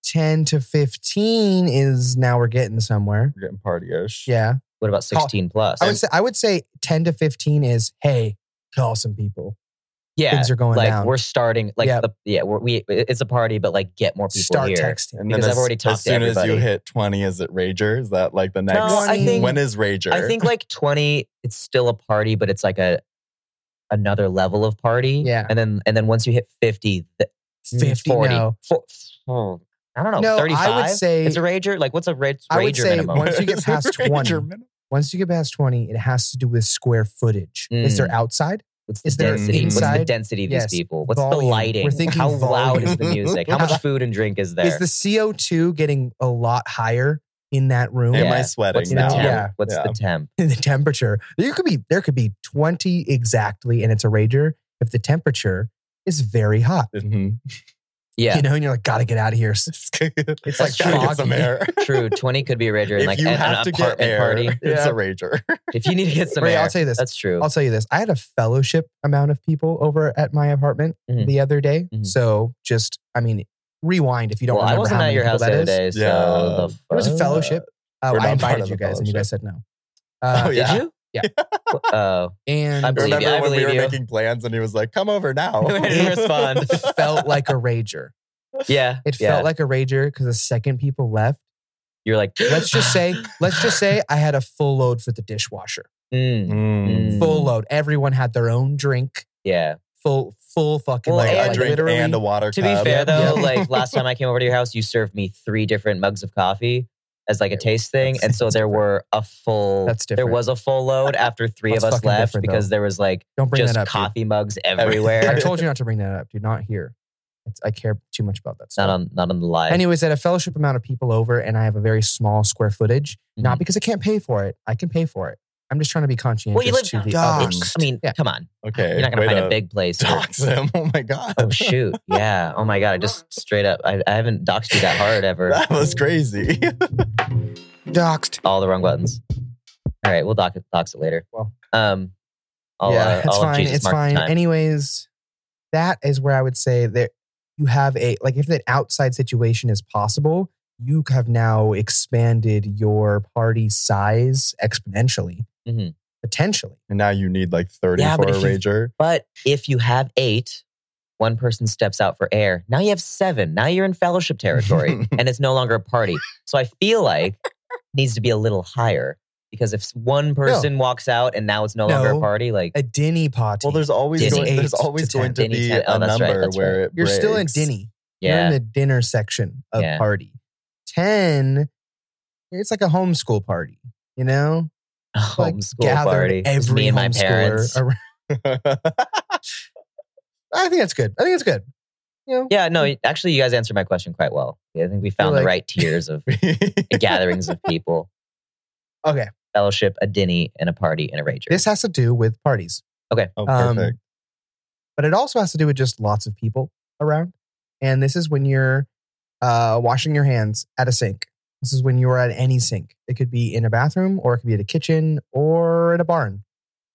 Speaker 1: ten to fifteen is now we're getting somewhere.
Speaker 5: We're getting party ish.
Speaker 1: Yeah,
Speaker 3: What about
Speaker 1: Call-
Speaker 3: 16 plus?
Speaker 1: I would say I would say ten to fifteen is hey, call some people.
Speaker 3: yeah.
Speaker 1: Things are going
Speaker 3: Like
Speaker 1: down.
Speaker 3: we're starting, like,
Speaker 1: Yeah.
Speaker 3: the, yeah, we're, we, it's a party, but like get more people
Speaker 1: Start
Speaker 3: here.
Speaker 1: texting.
Speaker 5: And
Speaker 3: Because
Speaker 5: then
Speaker 3: I've
Speaker 5: as-
Speaker 3: already talked
Speaker 5: As
Speaker 3: to
Speaker 5: soon as you
Speaker 3: everybody.
Speaker 5: hit 20, is it Rager? Is that like the next?
Speaker 3: No, I think,
Speaker 5: when is Rager?
Speaker 3: I think like 20, it's still a party, but it's like a, another level of party.
Speaker 1: Yeah.
Speaker 3: And then, and then once you hit 50, th-
Speaker 1: 50
Speaker 3: 40.
Speaker 1: no.
Speaker 3: Four, oh, I don't know.
Speaker 1: No, I would
Speaker 3: 35?
Speaker 1: say-
Speaker 3: it's a rager. Like, what's a ra- rager
Speaker 1: I would say
Speaker 3: minimum?
Speaker 1: once you get
Speaker 5: Is
Speaker 1: past
Speaker 5: Rager
Speaker 1: 20.
Speaker 5: minimum?
Speaker 1: Once you get past twenty, it has to do with square footage. Is
Speaker 3: Mm.
Speaker 1: there outside?
Speaker 3: what's
Speaker 1: is
Speaker 3: the
Speaker 1: there
Speaker 3: density? what's the
Speaker 1: inside?
Speaker 3: density of
Speaker 1: Yes.
Speaker 3: these people? What's the
Speaker 1: Volume.
Speaker 3: lighting?
Speaker 1: We're thinking
Speaker 3: How loud
Speaker 1: volume.
Speaker 3: is the music? How much food and drink is there?
Speaker 1: Is the CO2 getting a lot higher in that room?
Speaker 5: Am
Speaker 3: Yeah.
Speaker 5: I sweating
Speaker 3: what's the
Speaker 5: now?
Speaker 3: temp?
Speaker 1: Yeah.
Speaker 3: What's the temp?
Speaker 1: the temperature. There could be there could be 20 exactly and it's a rager if the temperature is very hot.
Speaker 5: Mhm.
Speaker 3: Yeah.
Speaker 1: You know, and you're like, gotta get out of here. S-
Speaker 5: it's
Speaker 1: like
Speaker 5: trying to get some
Speaker 1: foggy.
Speaker 5: air.
Speaker 3: True. 20 could be a rager in
Speaker 5: if
Speaker 3: like
Speaker 5: you
Speaker 3: an,
Speaker 5: have
Speaker 3: an
Speaker 5: to get
Speaker 3: apartment
Speaker 5: air,
Speaker 3: party.
Speaker 5: it's a rager.
Speaker 3: If you need to get some
Speaker 1: Ray,
Speaker 3: air,
Speaker 1: I'll tell you this.
Speaker 3: That's true.
Speaker 1: I'll tell you this. I had a fellowship amount of people over at my apartment
Speaker 3: Mhm.
Speaker 1: the other day.
Speaker 3: Mhm.
Speaker 1: So just I mean, rewind if you don't
Speaker 3: well, I
Speaker 1: remember
Speaker 3: wasn't
Speaker 1: how
Speaker 3: at
Speaker 1: many
Speaker 3: your
Speaker 1: people
Speaker 3: house the
Speaker 1: that
Speaker 3: other
Speaker 1: is.
Speaker 3: day, so the
Speaker 5: Yeah.
Speaker 1: It was a
Speaker 3: fuck?
Speaker 1: fellowship. Uh,
Speaker 5: we're
Speaker 1: I
Speaker 5: not part
Speaker 1: invited
Speaker 5: of
Speaker 1: you
Speaker 5: the
Speaker 1: guys and you guys said no.
Speaker 5: Oh,
Speaker 1: Uh,
Speaker 5: yeah.
Speaker 3: Did you?
Speaker 1: Yeah.
Speaker 3: Oh,
Speaker 1: And
Speaker 3: I believe
Speaker 5: Remember
Speaker 3: you, I
Speaker 5: when we
Speaker 3: believe
Speaker 5: were
Speaker 3: you.
Speaker 5: making plans and he was like, "Come over now."
Speaker 3: I didn't respond.
Speaker 1: felt like a rager.
Speaker 3: yeah.
Speaker 1: It
Speaker 3: yeah.
Speaker 1: felt like a rager because the second people left.
Speaker 3: you're like.
Speaker 1: Let's just say, let's just say I had a full load for the dishwasher.
Speaker 3: Mm,
Speaker 5: Mm.
Speaker 3: mm,
Speaker 1: Full load. Everyone had their own drink.
Speaker 3: Yeah.
Speaker 1: Full, full fucking
Speaker 3: Well,
Speaker 1: load.
Speaker 5: Like
Speaker 3: and
Speaker 5: a
Speaker 1: Like,
Speaker 5: drink
Speaker 1: literally-
Speaker 5: and a water
Speaker 3: To be
Speaker 5: cup.
Speaker 3: fair though,
Speaker 1: Yeah.
Speaker 3: like last time I came over to your house, you served me three different mugs of coffee as like a taste thing, and so there were a full.
Speaker 1: That's
Speaker 3: There
Speaker 1: different.
Speaker 3: was a full load after three of
Speaker 1: That's
Speaker 3: us
Speaker 1: fucking
Speaker 3: left
Speaker 1: different,
Speaker 3: because
Speaker 1: though.
Speaker 3: there was like
Speaker 1: don't bring
Speaker 3: just
Speaker 1: that up. dude.
Speaker 3: coffee mugs everywhere.
Speaker 1: I told you not to bring that up. Dude, not here. It's, I care too much about that stuff.
Speaker 3: not on not on the live.
Speaker 1: Anyways, I had a fellowship amount of people over, and I have a very small square footage.
Speaker 3: Mm-hmm.
Speaker 1: Not because I can't pay for it. I can pay for it. I'm just trying to be conscientious.
Speaker 3: well, you live.
Speaker 1: to the
Speaker 3: I
Speaker 1: others.
Speaker 3: mean,
Speaker 1: Yeah.
Speaker 3: come on,
Speaker 5: Okay,
Speaker 3: you're not gonna
Speaker 5: way
Speaker 3: find a
Speaker 5: to
Speaker 3: big place. here.
Speaker 5: dox him. Oh my god,
Speaker 3: Oh shoot! Yeah. Oh my god! I just straight up. I, I haven't doxed you that hard ever.
Speaker 5: that was crazy.
Speaker 1: Doxed.
Speaker 3: All the wrong buttons. All right, we'll dox it, dox it later.
Speaker 1: Well.
Speaker 3: um, I'll,
Speaker 1: yeah,
Speaker 3: uh,
Speaker 1: it's
Speaker 3: I'll
Speaker 1: fine.
Speaker 3: Jesus
Speaker 1: It's
Speaker 3: mark the
Speaker 1: fine.
Speaker 3: time.
Speaker 1: Anyways, that is where I would say that you have a like if an outside situation is possible, you have now expanded your party size exponentially,
Speaker 3: Mhm.
Speaker 1: potentially.
Speaker 5: and now you need like thirty
Speaker 3: Yeah,
Speaker 5: for
Speaker 3: but
Speaker 5: a
Speaker 3: if you-
Speaker 5: rager.
Speaker 3: But if you have eight, One person steps out for air. Now you have seven. Now you're in fellowship territory and it's no longer a party. So I feel like it needs to be a little higher because if one person walks out and now it's no, longer a
Speaker 1: No.
Speaker 3: party, like
Speaker 1: A Dinny potty.
Speaker 5: Well, there's always
Speaker 3: Disney
Speaker 5: going, there's
Speaker 1: eight
Speaker 5: always
Speaker 1: to
Speaker 5: going to
Speaker 3: ten. Disney
Speaker 5: be
Speaker 3: ten. Oh,
Speaker 5: a
Speaker 3: that's right,
Speaker 5: number
Speaker 3: that's
Speaker 5: where it
Speaker 1: You're still in
Speaker 5: breaks.
Speaker 1: Dinny. You're in
Speaker 3: yeah,
Speaker 1: the dinner section of
Speaker 3: Yeah.
Speaker 1: party. 10, it's like a homeschool party, you know? Like
Speaker 3: homeschool
Speaker 1: gathered
Speaker 3: party. Just
Speaker 1: Every
Speaker 3: me and my
Speaker 1: homeschooler
Speaker 3: parents.
Speaker 1: around. I think that's good. I think it's good. You know?
Speaker 3: Yeah, no, actually, you guys answered my question quite well. Yeah, I think we found the
Speaker 1: like-
Speaker 3: right tiers of gatherings of people,
Speaker 1: Okay.
Speaker 3: fellowship, a dinny, and a party, and a rager.
Speaker 1: This has to do with parties,
Speaker 5: oh,
Speaker 1: Um,
Speaker 5: perfect.
Speaker 1: but it also has to do with just lots of people around. And this is when you're uh, washing your hands at a sink. This is when you are at any sink. It could be in a bathroom, or it could be at a kitchen, or in a barn.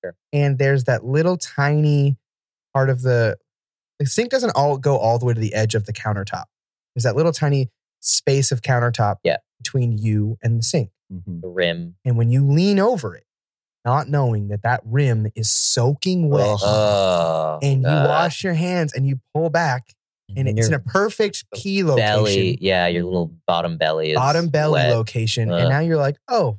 Speaker 3: Sure.
Speaker 1: And there's that little tiny part of the the sink doesn't all go all the way to the edge of the countertop. There's that little tiny space of countertop
Speaker 3: Yeah.
Speaker 1: between you and the sink.
Speaker 5: Mhm.
Speaker 3: the rim.
Speaker 1: And when you lean over it, not knowing that that rim is soaking wet,
Speaker 3: Oh,
Speaker 1: and you
Speaker 3: uh,
Speaker 1: wash your hands and you pull back, and it's in
Speaker 3: your
Speaker 1: a perfect pee
Speaker 3: belly.
Speaker 1: location,
Speaker 3: Yeah, your little bottom belly is
Speaker 1: bottom belly
Speaker 3: wet.
Speaker 1: location.
Speaker 3: Ugh.
Speaker 1: And now you're like, oh,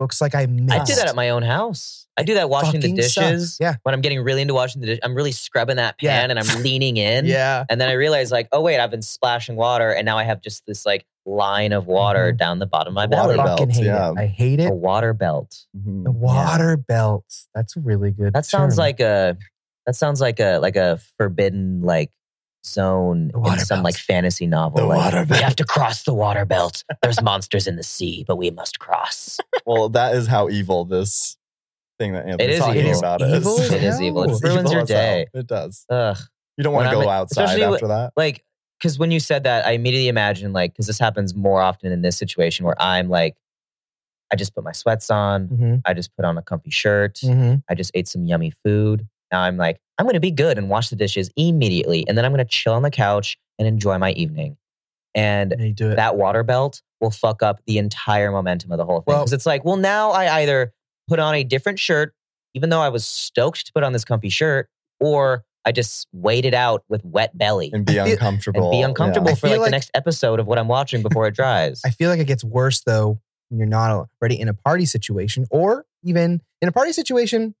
Speaker 1: looks like I missed.
Speaker 3: I do that at my own house. I do that washing the
Speaker 1: Fucking sucks.
Speaker 3: dishes.
Speaker 1: Yeah.
Speaker 3: When I'm getting really into washing the dish, I'm really scrubbing that
Speaker 1: Yeah.
Speaker 3: pan and I'm leaning in.
Speaker 1: Yeah.
Speaker 3: And then I realize, like, oh, wait, I've been splashing water. And now I have just this, like, line of water
Speaker 1: Mhm.
Speaker 3: down the bottom of my
Speaker 1: I
Speaker 3: belly.
Speaker 5: Water
Speaker 3: Oh,
Speaker 5: belt,
Speaker 1: fucking hate
Speaker 5: yeah.
Speaker 1: it. I hate
Speaker 3: A
Speaker 1: it.
Speaker 3: water belt.
Speaker 5: Mhm.
Speaker 1: The water belt. That's a really good.
Speaker 3: That sounds
Speaker 1: term.
Speaker 3: like a that sounds like a like a forbidden like zone
Speaker 1: The
Speaker 3: in
Speaker 1: water
Speaker 3: some
Speaker 1: belt.
Speaker 3: like fantasy novel.
Speaker 5: The
Speaker 3: like,
Speaker 5: water
Speaker 3: We
Speaker 5: belt.
Speaker 3: have to cross the water belt. There's monsters in the sea, but we must cross.
Speaker 5: Well, that is how evil this thing that Anthony's
Speaker 3: is
Speaker 5: talking
Speaker 3: evil.
Speaker 5: about
Speaker 1: It is evil
Speaker 5: is.
Speaker 1: as It is
Speaker 3: evil. It
Speaker 1: hell.
Speaker 3: ruins your
Speaker 5: as hell.
Speaker 3: day.
Speaker 5: It does.
Speaker 3: Ugh.
Speaker 5: You don't
Speaker 3: When
Speaker 5: want to
Speaker 3: I'm
Speaker 5: go
Speaker 3: at-
Speaker 5: outside
Speaker 3: especially
Speaker 5: after that.
Speaker 3: Like because when you said that, I immediately imagined like because this happens more often in this situation where I'm like, I just put my sweats on.
Speaker 1: Mhm,
Speaker 3: I just put on a comfy shirt.
Speaker 1: mhm.
Speaker 3: I just ate some yummy food. Now I'm like, I'm going to be good and wash the dishes immediately. And then I'm going to chill on the couch and enjoy my evening. And
Speaker 1: And you do it.
Speaker 3: that water belt will fuck up the entire momentum of the whole thing.
Speaker 1: Well-
Speaker 3: Because it's like, well, now I either put on a different shirt, even though I was stoked to put on this comfy shirt, or I just wait it out with wet belly and,
Speaker 5: and be
Speaker 1: I feel-
Speaker 5: uncomfortable.
Speaker 3: be uncomfortable
Speaker 1: I
Speaker 3: for
Speaker 1: feel
Speaker 3: like, the
Speaker 1: like-
Speaker 3: next episode of what I'm watching before it dries.
Speaker 1: I feel like it gets worse though when you're not already in a party situation, or even in a party situation,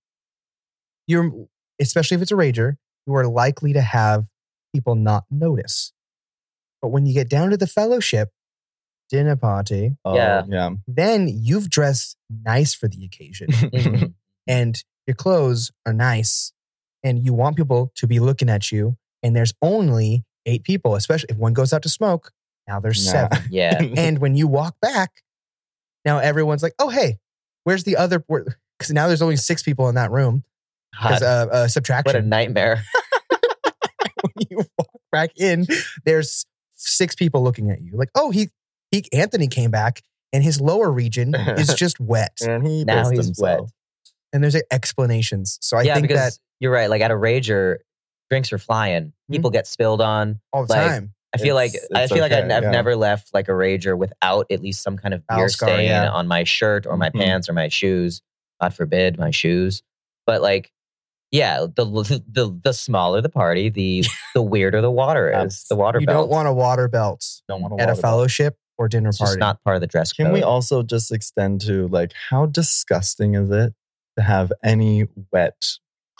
Speaker 1: you're especially if it's a rager, you are likely to have people not notice. But when you get down to the fellowship dinner party,
Speaker 5: Yeah.
Speaker 3: Yeah.
Speaker 5: Oh, yeah.
Speaker 1: then you've dressed nice for the occasion,
Speaker 3: Mhm.
Speaker 1: and your clothes are nice, and you want people to be looking at you, and there's only eight people, especially if one goes out to smoke. Now there's
Speaker 5: Nah.
Speaker 1: seven.
Speaker 3: yeah.
Speaker 1: And when you walk back, now everyone's like, "Oh, hey, where's the other?" Because now there's only six people in that room. Because
Speaker 3: God,
Speaker 1: uh, uh,
Speaker 3: what a
Speaker 1: subtraction,
Speaker 3: nightmare.
Speaker 1: when you walk back in, there's six people looking at you. Like, "Oh, he, he, Anthony came back, and his lower region is just wet."
Speaker 5: And he
Speaker 3: Now
Speaker 5: pissed
Speaker 3: he's
Speaker 5: himself.
Speaker 3: wet.
Speaker 1: And there's like, explanations. So I
Speaker 3: yeah,
Speaker 1: think
Speaker 3: because
Speaker 1: that Hmm.
Speaker 3: you're right. Like at a rager, drinks are flying. People get spilled on.
Speaker 1: all the
Speaker 3: like,
Speaker 1: time.
Speaker 3: I feel like
Speaker 5: It's-
Speaker 3: I
Speaker 5: it's
Speaker 3: feel like I've,
Speaker 5: okay,
Speaker 3: I've
Speaker 5: yeah.
Speaker 3: never left like a rager without at least some kind of
Speaker 1: Foul
Speaker 3: beer
Speaker 1: scar,
Speaker 3: stain
Speaker 1: yeah. Mm-hmm.
Speaker 3: on my shirt or my
Speaker 5: Mhm.
Speaker 3: pants or my shoes. God forbid my shoes. But like, yeah, the the the smaller the party, the the weirder the water is.
Speaker 5: Abs-
Speaker 3: The water
Speaker 1: You
Speaker 3: belt.
Speaker 1: don't want a water belt
Speaker 5: Don't want
Speaker 1: at a
Speaker 5: water bottle.
Speaker 1: fellowship or dinner
Speaker 3: it's
Speaker 1: party.
Speaker 3: just not part of the dress
Speaker 5: Can
Speaker 3: code.
Speaker 5: we also just extend to like how disgusting is it to have any wet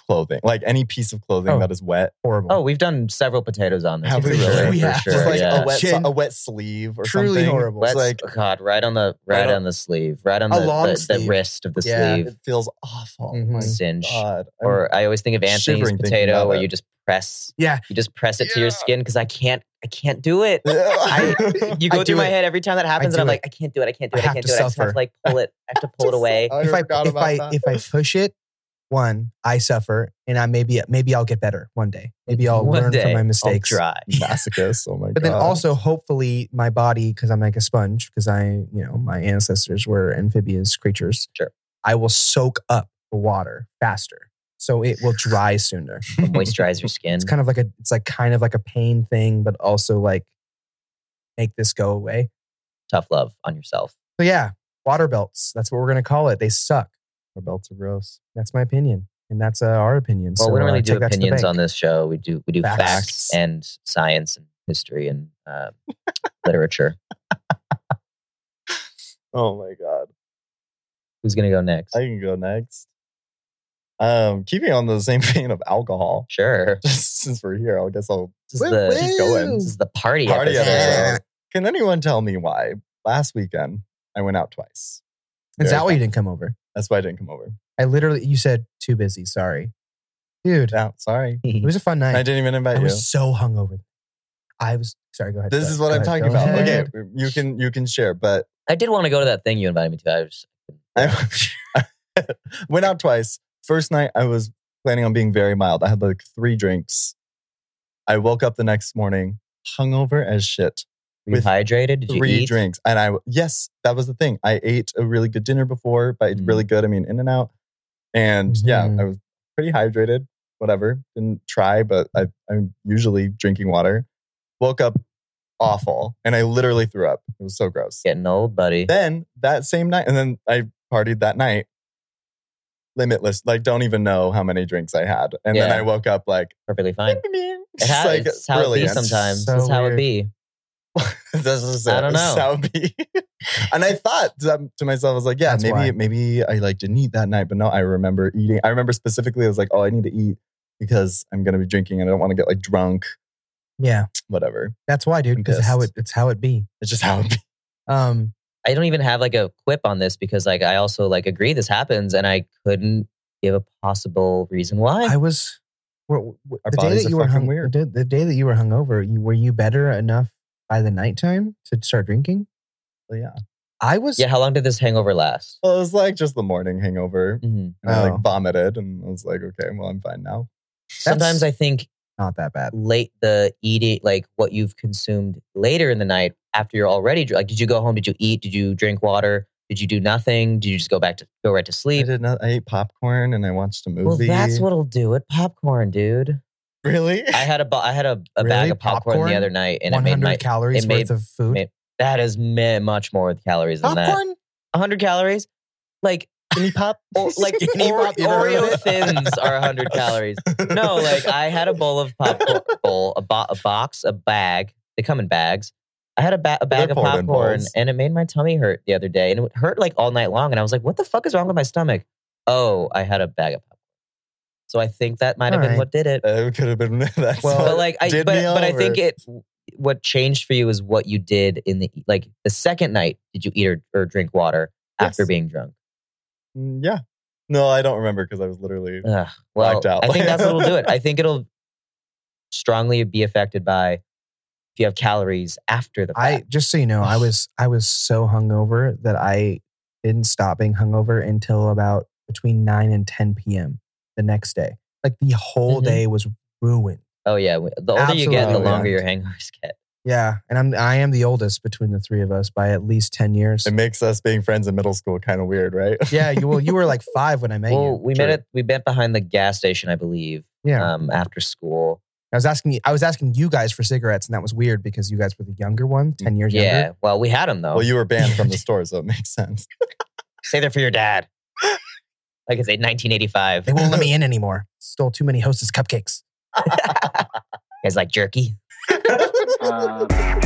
Speaker 5: clothing, like any piece of clothing
Speaker 1: Oh.
Speaker 5: that is wet?
Speaker 1: horrible.
Speaker 3: Oh, we've done several potatoes on this.
Speaker 5: Have
Speaker 3: for
Speaker 5: we
Speaker 3: sure,
Speaker 5: really?
Speaker 3: for
Speaker 1: Yeah.
Speaker 3: sure,
Speaker 5: Just like
Speaker 3: yeah.
Speaker 5: a wet,
Speaker 1: Chin.
Speaker 5: a wet sleeve or
Speaker 1: truly
Speaker 5: something.
Speaker 1: horrible.
Speaker 5: It's
Speaker 3: Wet-
Speaker 5: like
Speaker 3: God, right on the right,
Speaker 5: Right on-
Speaker 3: on the sleeve, right on the,
Speaker 1: A long
Speaker 3: the, the
Speaker 1: sleeve.
Speaker 3: wrist of the
Speaker 1: Yeah.
Speaker 3: sleeve,
Speaker 5: it feels awful.
Speaker 1: Mhm.
Speaker 5: My
Speaker 3: cinch.
Speaker 5: God. I'm-
Speaker 3: or I always think of Anthony's
Speaker 5: shivering thinking
Speaker 3: potato
Speaker 5: about
Speaker 3: where
Speaker 5: it.
Speaker 3: you just press
Speaker 1: Yeah.
Speaker 3: you just press it to your
Speaker 5: Yeah.
Speaker 3: skin because I can't I can't do it.
Speaker 5: I,
Speaker 3: You go
Speaker 1: I
Speaker 3: through
Speaker 1: do
Speaker 3: my
Speaker 1: it.
Speaker 3: head every time that happens,
Speaker 1: I
Speaker 3: and
Speaker 1: do
Speaker 3: I'm
Speaker 1: it.
Speaker 3: like, I can't do it, I can't do
Speaker 1: I
Speaker 3: it, I,
Speaker 1: have
Speaker 3: can't
Speaker 1: to
Speaker 3: do it. I just have
Speaker 1: suffer.
Speaker 3: to like pull it, I have to pull it away.
Speaker 1: if I
Speaker 5: forgot
Speaker 1: if
Speaker 5: about
Speaker 1: I
Speaker 5: that.
Speaker 1: if I push it one, I suffer, and I maybe maybe I'll get better one day. Maybe I'll
Speaker 3: One
Speaker 1: learn
Speaker 3: day,
Speaker 1: from my
Speaker 3: I'll
Speaker 1: mistakes.
Speaker 3: dry.
Speaker 5: masochist. Oh my god.
Speaker 1: But then also, hopefully, my body because I'm like a sponge because I you know my ancestors were amphibious creatures.
Speaker 3: Sure.
Speaker 1: I will soak up the water faster, so it will dry sooner.
Speaker 3: Moisturize your skin.
Speaker 1: It's kind of like a it's like kind of like a pain thing, but also like make this go away.
Speaker 3: Tough love on yourself.
Speaker 1: So yeah, water belts. That's what we're gonna call it. They suck.
Speaker 5: our belts are gross.
Speaker 1: That's my opinion. and that's uh, our opinion.
Speaker 3: Well,
Speaker 1: so,
Speaker 3: we don't
Speaker 1: uh,
Speaker 3: really do
Speaker 1: take that to the
Speaker 3: opinions
Speaker 1: bank.
Speaker 3: on this show. We do we do
Speaker 1: Facts.
Speaker 3: facts, and science and history and um, literature.
Speaker 5: Oh my god.
Speaker 3: Who's gonna go next?
Speaker 5: I can go next. Um, keeping on the same vein of alcohol.
Speaker 3: sure.
Speaker 5: Just since we're here, I guess I'll
Speaker 3: This
Speaker 1: Woo,
Speaker 3: is, the,
Speaker 5: keep going.
Speaker 3: this is the party,
Speaker 5: Party
Speaker 3: episode.
Speaker 5: episode. Can anyone tell me why? Last weekend I went out
Speaker 1: Is
Speaker 5: twice.
Speaker 1: that why
Speaker 5: Very
Speaker 1: you
Speaker 5: fun.
Speaker 1: didn't come over?
Speaker 5: That's why I didn't come over.
Speaker 1: I literally, you said too busy. Sorry, dude.
Speaker 5: Yeah, sorry.
Speaker 1: It was a fun night.
Speaker 5: I didn't even invite
Speaker 1: I
Speaker 5: you.
Speaker 1: was so hungover. I was sorry. Go ahead.
Speaker 5: This
Speaker 1: go
Speaker 5: is
Speaker 1: ahead,
Speaker 5: what
Speaker 1: go ahead,
Speaker 5: I'm talking
Speaker 1: go
Speaker 5: about. Okay,
Speaker 1: ahead.
Speaker 5: you can you can share, but
Speaker 3: I did want to go to that thing you invited me to. I was
Speaker 5: I went out twice. First night, I was planning on being very mild. I had like three drinks. I woke up the next morning hungover as shit.
Speaker 3: were you
Speaker 5: With
Speaker 3: hydrated. Did you
Speaker 5: three
Speaker 3: eat?
Speaker 5: drinks, and I yes, that was the thing. I ate a really good dinner before, but
Speaker 3: Mm. Mm-hmm.
Speaker 5: really good. I mean, In and Out, and
Speaker 1: Mhm.
Speaker 5: yeah, I was pretty hydrated. Whatever, didn't try, but I, I'm usually drinking water. Woke up awful, and I literally threw up. It was so gross
Speaker 3: Getting old, buddy.
Speaker 5: then that same night, and then I partied that night, limitless. Like, don't even know how many drinks I had. And then
Speaker 3: Yeah.
Speaker 5: I woke up like,
Speaker 3: Perfectly fine. It
Speaker 5: just,
Speaker 3: ha-
Speaker 5: like,
Speaker 3: it's how it be
Speaker 5: brilliant.
Speaker 3: sometimes.
Speaker 1: So
Speaker 3: That's how it
Speaker 1: weird.
Speaker 3: be.
Speaker 5: this is
Speaker 3: I
Speaker 5: it.
Speaker 3: don't
Speaker 5: This is
Speaker 3: know.
Speaker 5: how it be. and I thought to to myself, I was like, yeah,
Speaker 1: That's
Speaker 5: maybe
Speaker 1: why.
Speaker 5: maybe I like didn't eat that night, but no, I remember eating. I remember specifically, I was like, oh, I need to eat because I'm gonna be drinking and I don't want to get like drunk,
Speaker 1: Yeah,
Speaker 5: whatever.
Speaker 1: that's why, dude.
Speaker 5: I'm
Speaker 1: Because how it
Speaker 5: pissed.
Speaker 1: it's how it be.
Speaker 5: It's just how it be.
Speaker 1: Um,
Speaker 3: I don't even have like a quip on this because like I also like agree this happens and I couldn't give a possible reason why.
Speaker 1: I was. Well, w-
Speaker 5: Our
Speaker 1: the day
Speaker 5: bodies
Speaker 1: that
Speaker 5: are
Speaker 1: you were
Speaker 5: fucking
Speaker 1: hung,
Speaker 5: weird.
Speaker 1: The, the day that you were hungover, you, were you better enough by the nighttime to start drinking?
Speaker 5: But yeah.
Speaker 1: I was.
Speaker 3: Oh, yeah, how long did this hangover last?
Speaker 5: Well, it was like just the morning hangover.
Speaker 3: hmm
Speaker 5: And I
Speaker 1: Oh.
Speaker 5: like vomited and I was like, okay, well, I'm fine now.
Speaker 3: Sometimes I think
Speaker 1: not that bad.
Speaker 3: late the eating like what you've consumed later in the night after you're already dr- like did you go home did you eat did you drink water did you do nothing did you just go back to go right to
Speaker 5: I
Speaker 3: sleep
Speaker 5: did not. I ate popcorn and I watched a movie.
Speaker 3: well that's what'll do it popcorn dude
Speaker 5: Really?
Speaker 3: i had a bo- i had a, a
Speaker 1: Really?
Speaker 3: bag of popcorn,
Speaker 1: Popcorn?
Speaker 3: the other night and it
Speaker 1: One
Speaker 3: made my
Speaker 1: hundred calories
Speaker 3: it made-
Speaker 1: worth of food.
Speaker 3: made- that is me- much more calories than that
Speaker 1: Popcorn.
Speaker 3: 100 calories like
Speaker 1: Skinny pop.
Speaker 3: or, like
Speaker 1: Skinny
Speaker 3: Ore-
Speaker 1: pop, you remember
Speaker 3: oreo
Speaker 1: that?
Speaker 3: thins are 100 calories no, like I had a bowl of popcorn, bowl, a, bo- a box, a bag. They come in bags. I had a, ba- a bag of
Speaker 5: poured in
Speaker 3: popcorn,
Speaker 5: bowls.
Speaker 3: and it made my tummy hurt the other day, and it hurt like all night long. And I was like, "What the fuck is wrong with my stomach?" Oh, I had a bag of popcorn. So I think that might have
Speaker 1: All
Speaker 3: been
Speaker 1: right.
Speaker 3: what did it.
Speaker 5: It could have been that's
Speaker 1: Well,
Speaker 5: what
Speaker 3: but like, I but,
Speaker 5: did me
Speaker 3: but I
Speaker 5: over.
Speaker 3: think it. What changed for you is what you did in the like the second night. Did you eat or, or drink water after
Speaker 5: Yes.
Speaker 3: being drunk?
Speaker 5: Mm, Yeah. No, I don't remember because I was literally.
Speaker 3: Ugh, well,
Speaker 5: Blacked out.
Speaker 3: I think that's what'll do it. I think it'll strongly be affected by if you have calories after the
Speaker 1: I
Speaker 3: fact.
Speaker 1: just so you know, I was I was so hungover that I didn't stop being hungover until about between nine and ten p.m. the next day. Like the whole
Speaker 3: Mhm.
Speaker 1: day was ruined.
Speaker 3: oh yeah, w- the older you get, the
Speaker 1: Absolutely.
Speaker 3: longer your hangovers get.
Speaker 1: Yeah, and I'm I am the oldest between the three of us by at least ten years.
Speaker 5: It makes us being friends in middle school kind of weird, right?
Speaker 1: yeah, you well, you were like five when I met
Speaker 3: well,
Speaker 1: you.
Speaker 3: we met at we met behind the gas station, I believe,
Speaker 1: Yeah,
Speaker 3: um, after school.
Speaker 1: I was asking you, I was asking you guys for cigarettes, and that was weird because you guys were the younger one, ten years
Speaker 3: Yeah,
Speaker 1: younger.
Speaker 3: well, we had them though.
Speaker 5: Well, you were banned from the store, so it makes sense.
Speaker 3: Say they're for your dad. like it's a 1985.
Speaker 1: They won't let me in anymore. Stole too many Hostess cupcakes.
Speaker 3: Guys like jerky.
Speaker 6: Uh,